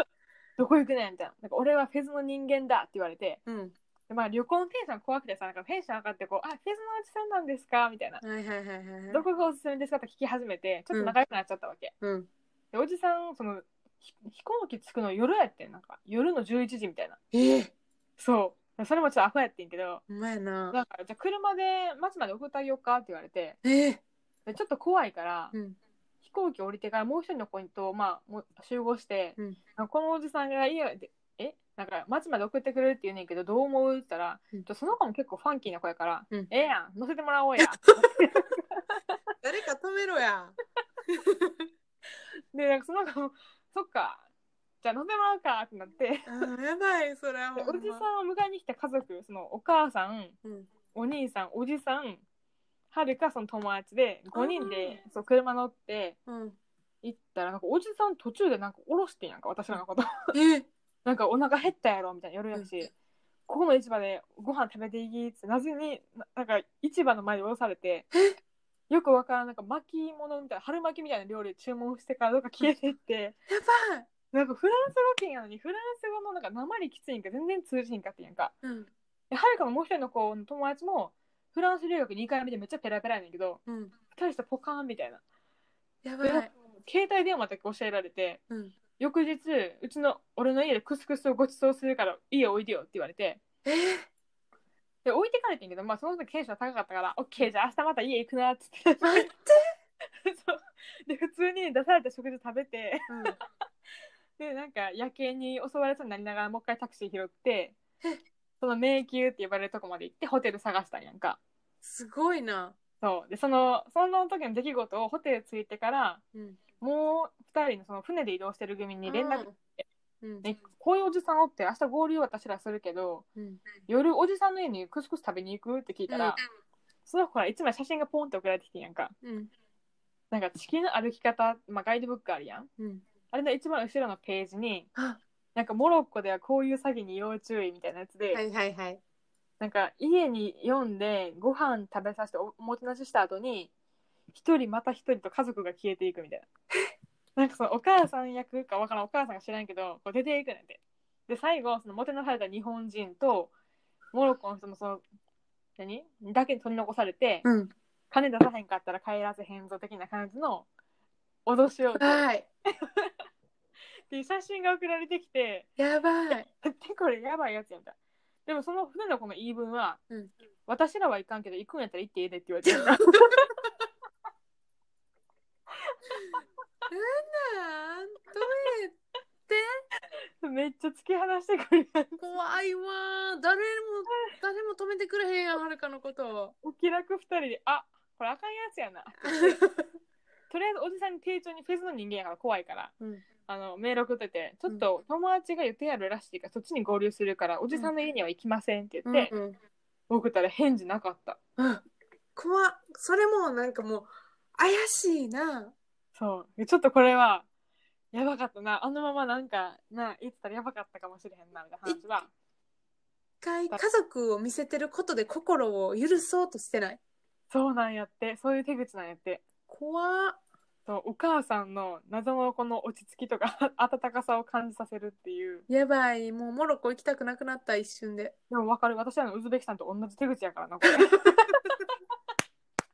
[SPEAKER 1] どこ行くねんみたいな。なんか俺はフェズの人間だって言われて、
[SPEAKER 2] うん
[SPEAKER 1] でまあ、旅行のテンション怖くてさ、なんかテンション上がってこう、あ、フェズのおじさんなんですかみたいな。
[SPEAKER 2] はいはいはいはい
[SPEAKER 1] ど
[SPEAKER 2] はい
[SPEAKER 1] こがおすすめですかって聞き始めて、ちょっと仲良くなっちゃったわけ。
[SPEAKER 2] うん
[SPEAKER 1] で、おじさん、その、ひ飛行機着くの夜やってん、なんか、夜の11時みたいな。
[SPEAKER 2] ええ
[SPEAKER 1] そう。それもちょっとアホやってんけど、
[SPEAKER 2] お前
[SPEAKER 1] なん
[SPEAKER 2] な
[SPEAKER 1] か、じゃあ車で街まで送ってあげようかって言われて、
[SPEAKER 2] ええ
[SPEAKER 1] でちょっと怖いから、
[SPEAKER 2] うん
[SPEAKER 1] 飛行機降りてからもう一人の子にと、まあ、もう集合して、
[SPEAKER 2] うん
[SPEAKER 1] なんかこのおじさんが家で「えなんか町まで送ってくれるって言うねんけどどう思う?」って言ったら、
[SPEAKER 2] うん
[SPEAKER 1] その子も結構ファンキーな子やから「
[SPEAKER 2] うん
[SPEAKER 1] ええやん乗せてもらお うや」
[SPEAKER 2] 誰か止めろや
[SPEAKER 1] でなんかその子も 「そっかじゃあ乗せてもらうか」ってなって、で
[SPEAKER 2] あーやばいそれは
[SPEAKER 1] お
[SPEAKER 2] ほん
[SPEAKER 1] じ
[SPEAKER 2] ま
[SPEAKER 1] さんを迎えに来た家族そのお母さん
[SPEAKER 2] うん
[SPEAKER 1] お兄さんおじさんはるかその友達で5人でそう車乗って
[SPEAKER 2] うん
[SPEAKER 1] 行ったらなんかおじさん途中でなんか降ろしてんやんか私らのこと。
[SPEAKER 2] ええ
[SPEAKER 1] なんかお腹減ったやろみたいな夜やし、ここの市場でご飯食べていいって謎にななんか市場の前に降ろされてよくわからんなんか巻物みたいな春巻きみたいな料理を注文してからどっか消えていって
[SPEAKER 2] やばい
[SPEAKER 1] なんかフランス語圏やのにフランス語のなんか鉛きついんか全然通じひんかってんやんか
[SPEAKER 2] うん
[SPEAKER 1] ではるかのもう一人の子の友達もフランス留学2回目でめっちゃペラペラやねんけど
[SPEAKER 2] うん
[SPEAKER 1] 二人してポカーンみたいな
[SPEAKER 2] やば
[SPEAKER 1] で
[SPEAKER 2] い
[SPEAKER 1] 携帯電話だけ教えられて
[SPEAKER 2] うん
[SPEAKER 1] 翌日うちの俺の家でクスクスをごちそうするから家おいでよって言われて
[SPEAKER 2] えー
[SPEAKER 1] で置いてかれてんけど、まあ、その時テンション高かったから「オッケーじゃあ明日また家行くな」っつって
[SPEAKER 2] 待って
[SPEAKER 1] そうで普通に出された食事食べて
[SPEAKER 2] うん
[SPEAKER 1] でなんか夜景に襲われそうになりながらもう一回タクシー拾ってその迷宮って呼ばれるとこまで行ってホテル探したんやんか
[SPEAKER 2] すごいな
[SPEAKER 1] そうでそのその時の出来事をホテル着いてから
[SPEAKER 2] うん
[SPEAKER 1] もう2人のその船で移動してる組に連絡、
[SPEAKER 2] うん
[SPEAKER 1] ね、こういうおじさんおって明日合流私らするけど
[SPEAKER 2] うん
[SPEAKER 1] 夜おじさんの家にクスクス食べに行くって聞いたら、
[SPEAKER 2] うん
[SPEAKER 1] その子から一枚写真がポンって送られてきてんやんか
[SPEAKER 2] うん
[SPEAKER 1] なんか地球の歩き方、まあ、ガイドブックあるやん
[SPEAKER 2] うん
[SPEAKER 1] あれの一番後ろのページに
[SPEAKER 2] あ
[SPEAKER 1] なんかモロッコではこういう詐欺に要注意みたいなやつで、
[SPEAKER 2] はいはいはい
[SPEAKER 1] なんか家に読んでご飯食べさせておおもてなしした後に一人また一人と家族が消えていくみたいな なんかそのお母さん役かわからんお母さんが知らんけどこう出ていくねんてで最後そのもてなされた日本人とモロッコの人もその何だけに取り残されて、
[SPEAKER 2] うん
[SPEAKER 1] 金出さへんかったら帰らせへんぞ的な感じの脅しを受ける
[SPEAKER 2] はい
[SPEAKER 1] っていう写真が送られてきて
[SPEAKER 2] やば い
[SPEAKER 1] ってこれやばいやつやみたいな。でもその船の子の言い分は、
[SPEAKER 2] うん
[SPEAKER 1] 私らは行かんけど行くんやったら行っていいでって言われてる
[SPEAKER 2] なんとえ
[SPEAKER 1] めっちゃ突き放してくるやん
[SPEAKER 2] 怖いわー誰も誰も止めてくれへんやんはるかのこと
[SPEAKER 1] お気楽二人であこれあかんやつやなとりあえずおじさんに丁重にフェスの人間やから怖いから
[SPEAKER 2] うん
[SPEAKER 1] あのメール送っててちょっと友達が予定あるらしいからそっちに合流するからおじさんの家には行きませんって言って、
[SPEAKER 2] うん
[SPEAKER 1] 送ったら返事なかった
[SPEAKER 2] うん怖っそれもなんかもう怪しいな
[SPEAKER 1] そうちょっとこれはやばかったなあのままなんかな言ってたらやばかったかもしれへんなみたいな話は
[SPEAKER 2] 一回家族を見せてることで心を許そうとしてない
[SPEAKER 1] そうなんやってそういう手口なんやって
[SPEAKER 2] 怖っ
[SPEAKER 1] そうお母さんの謎のこの落ち着きとか 温かさを感じさせるっていう
[SPEAKER 2] やばいもうモロッコ行きたくなくなった一瞬で
[SPEAKER 1] でも分かる私らのウズベキスタンと同じ手口やからなこれ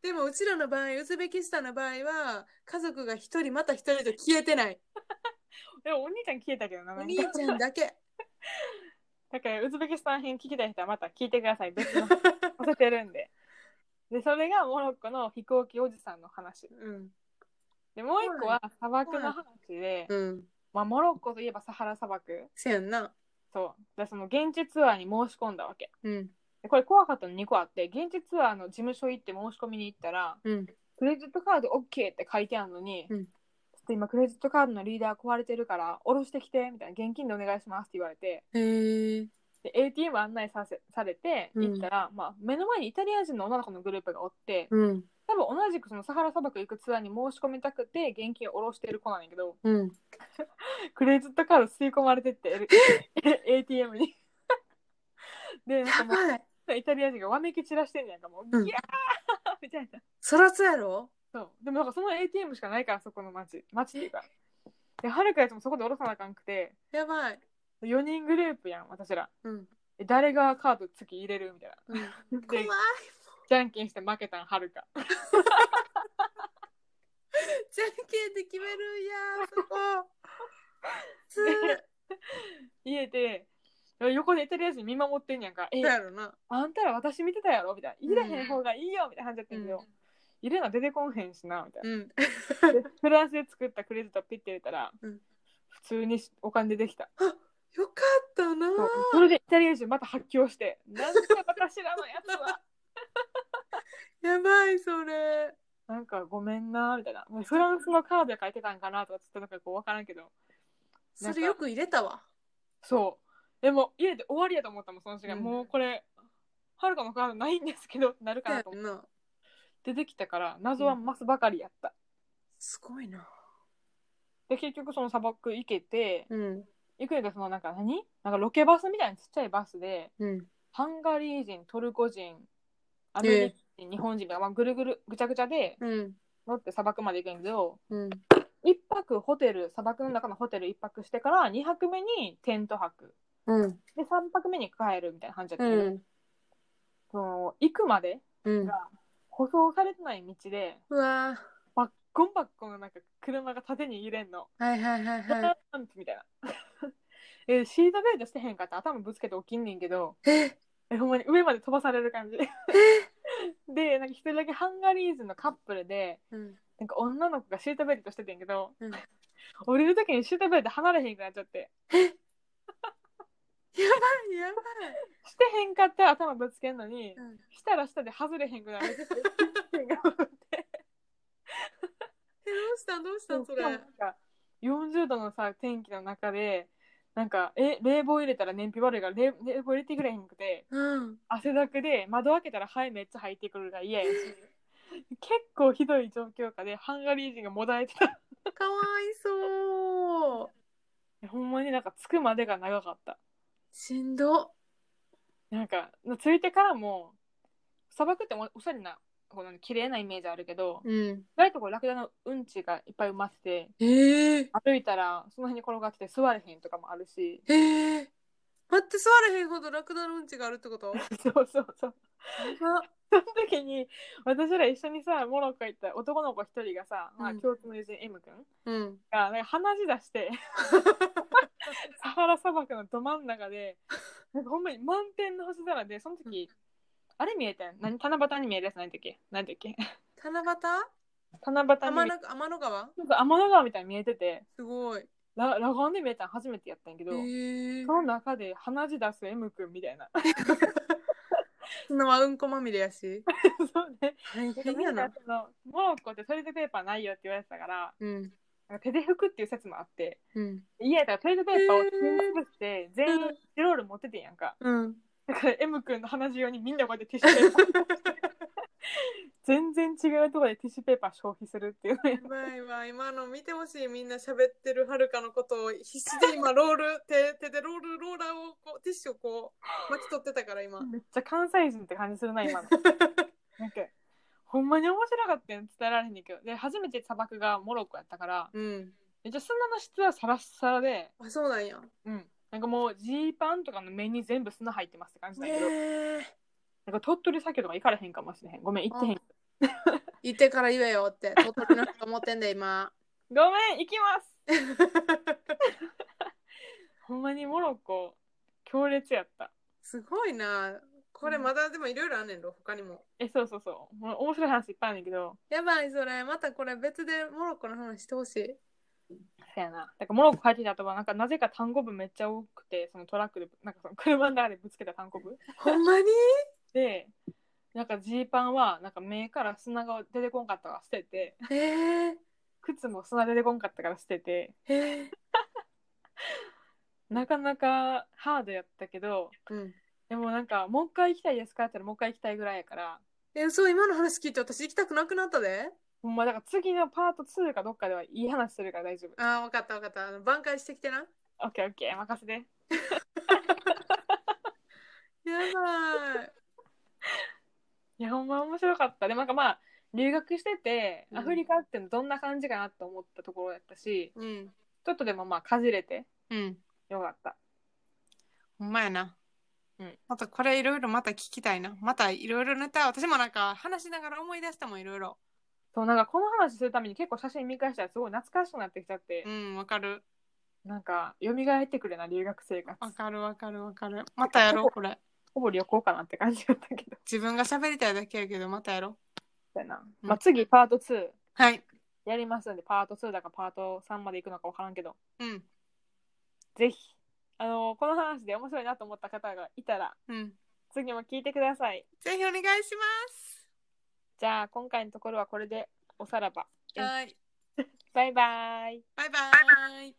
[SPEAKER 2] でもうちらの場合ウズベキスタンの場合は家族が一人また一人と消えてない
[SPEAKER 1] でもお兄ちゃん消えたけどな
[SPEAKER 2] お
[SPEAKER 1] なん
[SPEAKER 2] 兄
[SPEAKER 1] か
[SPEAKER 2] ちゃんだけ
[SPEAKER 1] だからウズベキスタン編聞きたい人はまた聞いてください別 のさせてるんででそれがモロッコの飛行機おじさんの話
[SPEAKER 2] うん
[SPEAKER 1] でもう一個は砂漠の話で、
[SPEAKER 2] うん
[SPEAKER 1] まあ、モロッコといえばサハラ砂漠
[SPEAKER 2] せやんな
[SPEAKER 1] そうでその現地ツアーに申し込んだわけ
[SPEAKER 2] うん
[SPEAKER 1] でこれ怖かったの2個あって現地ツアーの事務所行って申し込みに行ったら
[SPEAKER 2] うん
[SPEAKER 1] クレジットカード OK って書いてあるのに、
[SPEAKER 2] う
[SPEAKER 1] ち
[SPEAKER 2] ん
[SPEAKER 1] ょっと今クレジットカードのリーダー壊れてるから下ろしてきてみたいな現金でお願いしますって言われて
[SPEAKER 2] へえ
[SPEAKER 1] で ATM 案内させされて
[SPEAKER 2] うん
[SPEAKER 1] 行ったら、まあ、目の前にイタリア人の女の子のグループがおって
[SPEAKER 2] うん
[SPEAKER 1] 多分同じくそのサハラ砂漠行くツアーに申し込みたくて現金を下ろしてる子なんやけど
[SPEAKER 2] うん
[SPEAKER 1] クレジットカード吸い込まれて って ATM に。でなん
[SPEAKER 2] や
[SPEAKER 1] かも
[SPEAKER 2] ばいう
[SPEAKER 1] イタリア人がわめき散らしてんねやんかもう、
[SPEAKER 2] うん
[SPEAKER 1] ギャー みたいな。
[SPEAKER 2] そらそうやろ
[SPEAKER 1] そう。でもなんかその ATM しかないから、そこの町。町っていうか。で、はるかやつもそこで降ろさなあかんくて、
[SPEAKER 2] やばい
[SPEAKER 1] 4人グループやん、私ら。
[SPEAKER 2] うん
[SPEAKER 1] で誰がカード月入れるみたい
[SPEAKER 2] うん
[SPEAKER 1] な。
[SPEAKER 2] 怖い
[SPEAKER 1] で、じゃんけんして負けたん、はるか。
[SPEAKER 2] じゃんけんで決めるんやそこつ
[SPEAKER 1] 家で、横でイタリア人見守ってんやんか。え
[SPEAKER 2] そう、やろな
[SPEAKER 1] あんたら私見てたやろみたいな。入れへ
[SPEAKER 2] うん
[SPEAKER 1] ん方がいいよみたいな感じだったんやけど、入れな出てこんへんしな、みたいな。
[SPEAKER 2] うん
[SPEAKER 1] でフランスで作ったクレジットピッて入れたら、
[SPEAKER 2] うん
[SPEAKER 1] 普通にお金出てきた。
[SPEAKER 2] よかったな
[SPEAKER 1] そうそれでイタリア人また発狂して、なんで私らのやつは。
[SPEAKER 2] やばいそれ
[SPEAKER 1] なんかごめんなみたいな。フランスのカードで書いてたんかなとかちょっとなんかこう分からんけど。
[SPEAKER 2] それよく入れたわ
[SPEAKER 1] そう。でも家で終わりやと思ったもん、その瞬間。
[SPEAKER 2] うん
[SPEAKER 1] もうこれ、はるかのカードないんですけどってなるかなと思っ
[SPEAKER 2] せやろな
[SPEAKER 1] て。出てきたから、謎は増すばかりやった。
[SPEAKER 2] すごいな
[SPEAKER 1] で、結局その砂漠行けて、
[SPEAKER 2] うん
[SPEAKER 1] 行くんやけどそのなんか何なんかロケバスみたいなちっちゃいバスで
[SPEAKER 2] うん。
[SPEAKER 1] ハンガリー人トルコ人アメリカ人、日本人とか、まあ、ぐるぐるぐちゃぐちゃで
[SPEAKER 2] うん。
[SPEAKER 1] 乗って砂漠まで行くんやけど
[SPEAKER 2] うん。
[SPEAKER 1] 一泊ホテル砂漠の中のホテル一泊してから二泊目にテント泊
[SPEAKER 2] うん。
[SPEAKER 1] で三泊目に帰るみたいな感じだった
[SPEAKER 2] う
[SPEAKER 1] けど、
[SPEAKER 2] ん。
[SPEAKER 1] その行くまで
[SPEAKER 2] うん。
[SPEAKER 1] 舗装されてない道で
[SPEAKER 2] うわ
[SPEAKER 1] バッコンバッコンのなんか車が縦に揺れんの。
[SPEAKER 2] ーはいはいはい
[SPEAKER 1] ト
[SPEAKER 2] は
[SPEAKER 1] ランプみたいな。 えシートベルトしてへんかったら頭ぶつけて起きんねんけど
[SPEAKER 2] い。え、
[SPEAKER 1] えほんまに上まで飛ばされる感じ でなんか一人だけハンガリーズのカップルで
[SPEAKER 2] うん。
[SPEAKER 1] なんか女の子がシートベルトしててんけど、
[SPEAKER 2] うん
[SPEAKER 1] 降りる時にシートベルト離れへんくなっちゃって
[SPEAKER 2] や
[SPEAKER 1] してへんかったら頭ぶつけんのに、
[SPEAKER 2] うん
[SPEAKER 1] したら下で外れへんくな る
[SPEAKER 2] え、どうしたんどうしたんそれ。
[SPEAKER 1] なんか40度のさ天気の中でなんかえ冷房入れたら燃費悪いから冷冷房入れてくれへんくて
[SPEAKER 2] うん。
[SPEAKER 1] 汗だくで窓開けたら肺めっちゃ入ってくるが嫌やし結構ひどい状況下でハンガリー人がもだえてた
[SPEAKER 2] かわいそう。
[SPEAKER 1] ほんまになんか着くまでが長かった
[SPEAKER 2] しんど。
[SPEAKER 1] なんか着いてからも砂漠っておおしゃれなこの綺麗なイメージあるけど
[SPEAKER 2] うん。
[SPEAKER 1] 誰とこうラクダのうんちがいっぱい埋まってて
[SPEAKER 2] ええ
[SPEAKER 1] 歩いたらその辺に転がってて座れへんとかもあるし
[SPEAKER 2] ええ待って、座れへんほどラクダのうんちがあるってこと
[SPEAKER 1] そうそうそう
[SPEAKER 2] あ
[SPEAKER 1] その時に私ら一緒にさモロッコ行った男の子一人がさ、まあ、
[SPEAKER 2] うん
[SPEAKER 1] 共通の友人 M 君
[SPEAKER 2] うん。
[SPEAKER 1] がなんか鼻血出 してサハラ砂漠のど真ん中で、なんかほんまに満天の星空で、その時、あれ見えてん何七夕に見えるやつ何だっけ何だっけ
[SPEAKER 2] 七夕
[SPEAKER 1] 七夕に
[SPEAKER 2] 天
[SPEAKER 1] 見え
[SPEAKER 2] の天の川
[SPEAKER 1] なんか天の川みたいに見えてて、
[SPEAKER 2] すごい。
[SPEAKER 1] ララガンで見えたの初めてやったんやけ
[SPEAKER 2] え
[SPEAKER 1] ど、
[SPEAKER 2] え
[SPEAKER 1] その中で鼻血出す M 君みたいな。
[SPEAKER 2] そんなはうんこまみれやし。
[SPEAKER 1] そうね。
[SPEAKER 2] 大
[SPEAKER 1] なんか
[SPEAKER 2] 変
[SPEAKER 1] み
[SPEAKER 2] や
[SPEAKER 1] んな
[SPEAKER 2] な。
[SPEAKER 1] その、モロッコってトイレットペーパーないよって言われてたから、
[SPEAKER 2] うん。
[SPEAKER 1] なんか手で拭くっていう説もあって、
[SPEAKER 2] うん。
[SPEAKER 1] 家やったらトイレットペーパーを全部潰して、全員チロール持っててんやんか。
[SPEAKER 2] うん。
[SPEAKER 1] だから M 君の鼻血用にみんなこうやってティッシュペ ーパー全然違うところでティッシュペーパー消費するっていうね
[SPEAKER 2] やばいわ今の見てほしいみんな喋ってるはるかのことを必死で今ロール手 手でロールローラーをこうティッシュをこう巻き取ってたから 今
[SPEAKER 1] めっちゃ関西人って感じするな今のなんかほんまに面白かったよ伝えられへんねんけどで初めて砂漠がモロッコやったから
[SPEAKER 2] うん
[SPEAKER 1] めっちゃ砂の質はサラッサラで
[SPEAKER 2] あそうなんや
[SPEAKER 1] うんなんかもうジーパンとかの目に全部砂入ってますって感じだけど、
[SPEAKER 2] え
[SPEAKER 1] なんか鳥取砂丘とか行かれへんかもしれへんごめん行ってへんご
[SPEAKER 2] 言ってから言えよって鳥取の人思ってんで今
[SPEAKER 1] めん行きますほんまにモロッコ強烈やった
[SPEAKER 2] すごいなこれまだでもいろいろあんねんろ他にも
[SPEAKER 1] えそうそうそうもう面白い話いっぱいあるんだけど
[SPEAKER 2] やばいそれまたこれ別でモロッコの話してほしい
[SPEAKER 1] そうやな。だからモロッコ帰ってきた後は、なんかなぜか単語文めっちゃ多くて、そのトラックで、なんかその車の中でぶつけた単語文。
[SPEAKER 2] ほんまに
[SPEAKER 1] で、なんかジーパンは、なんか目から砂が出てこんかったから捨てて、
[SPEAKER 2] えー、
[SPEAKER 1] 靴も砂出てこんかったから捨てて、
[SPEAKER 2] えー、
[SPEAKER 1] なかなかハードやったけど、
[SPEAKER 2] うん
[SPEAKER 1] でもなんか、もう一回行きたいですかって言ったらもう一回行きたいぐらいやから、
[SPEAKER 2] えそう今の話聞いて私行きたくなくなったで
[SPEAKER 1] ほんまだから次のパート2かどっかではいい話するから大丈夫。
[SPEAKER 2] ああ分かった分かったあの挽回してきてな
[SPEAKER 1] オッケーオッケー、任せて。
[SPEAKER 2] やばい。
[SPEAKER 1] いや、ほんま面白かった。でもなんかまあ、留学してて、
[SPEAKER 2] うん
[SPEAKER 1] アフリカってどんな感じかなと思ったところやったし、
[SPEAKER 2] うん。
[SPEAKER 1] ちょっとでもまあかじれて
[SPEAKER 2] うん。
[SPEAKER 1] よかった。
[SPEAKER 2] ほんまやな。
[SPEAKER 1] うん。
[SPEAKER 2] またこれいろいろまた聞きたいな。またいろいろネタ、私もなんか話しながら思い出したもんいろいろ。
[SPEAKER 1] そうなんかこの話するために結構写真見返したらすごい懐かしくなってきちゃって
[SPEAKER 2] う、ん、わかる。
[SPEAKER 1] なんか蘇ってくるな留学生活。
[SPEAKER 2] わかるわかるわかる。またやろう、これ。
[SPEAKER 1] ほぼ旅行かなって感じだったけど。
[SPEAKER 2] 自分が喋りたいだけやけど、またやろう。
[SPEAKER 1] だよな。
[SPEAKER 2] うん
[SPEAKER 1] まあ次パート2
[SPEAKER 2] はい。
[SPEAKER 1] やりますんで、パート2だかパート3まで行くのか分からんけど、
[SPEAKER 2] うん。
[SPEAKER 1] ぜひ、あのーこの話で面白いなと思った方がいたら、
[SPEAKER 2] うん。
[SPEAKER 1] 次も聞いてください。
[SPEAKER 2] ぜひお願いします。
[SPEAKER 1] じゃあ今回のところはこれでおさらば。うん
[SPEAKER 2] はい。
[SPEAKER 1] バイバイ。
[SPEAKER 2] バイバイ。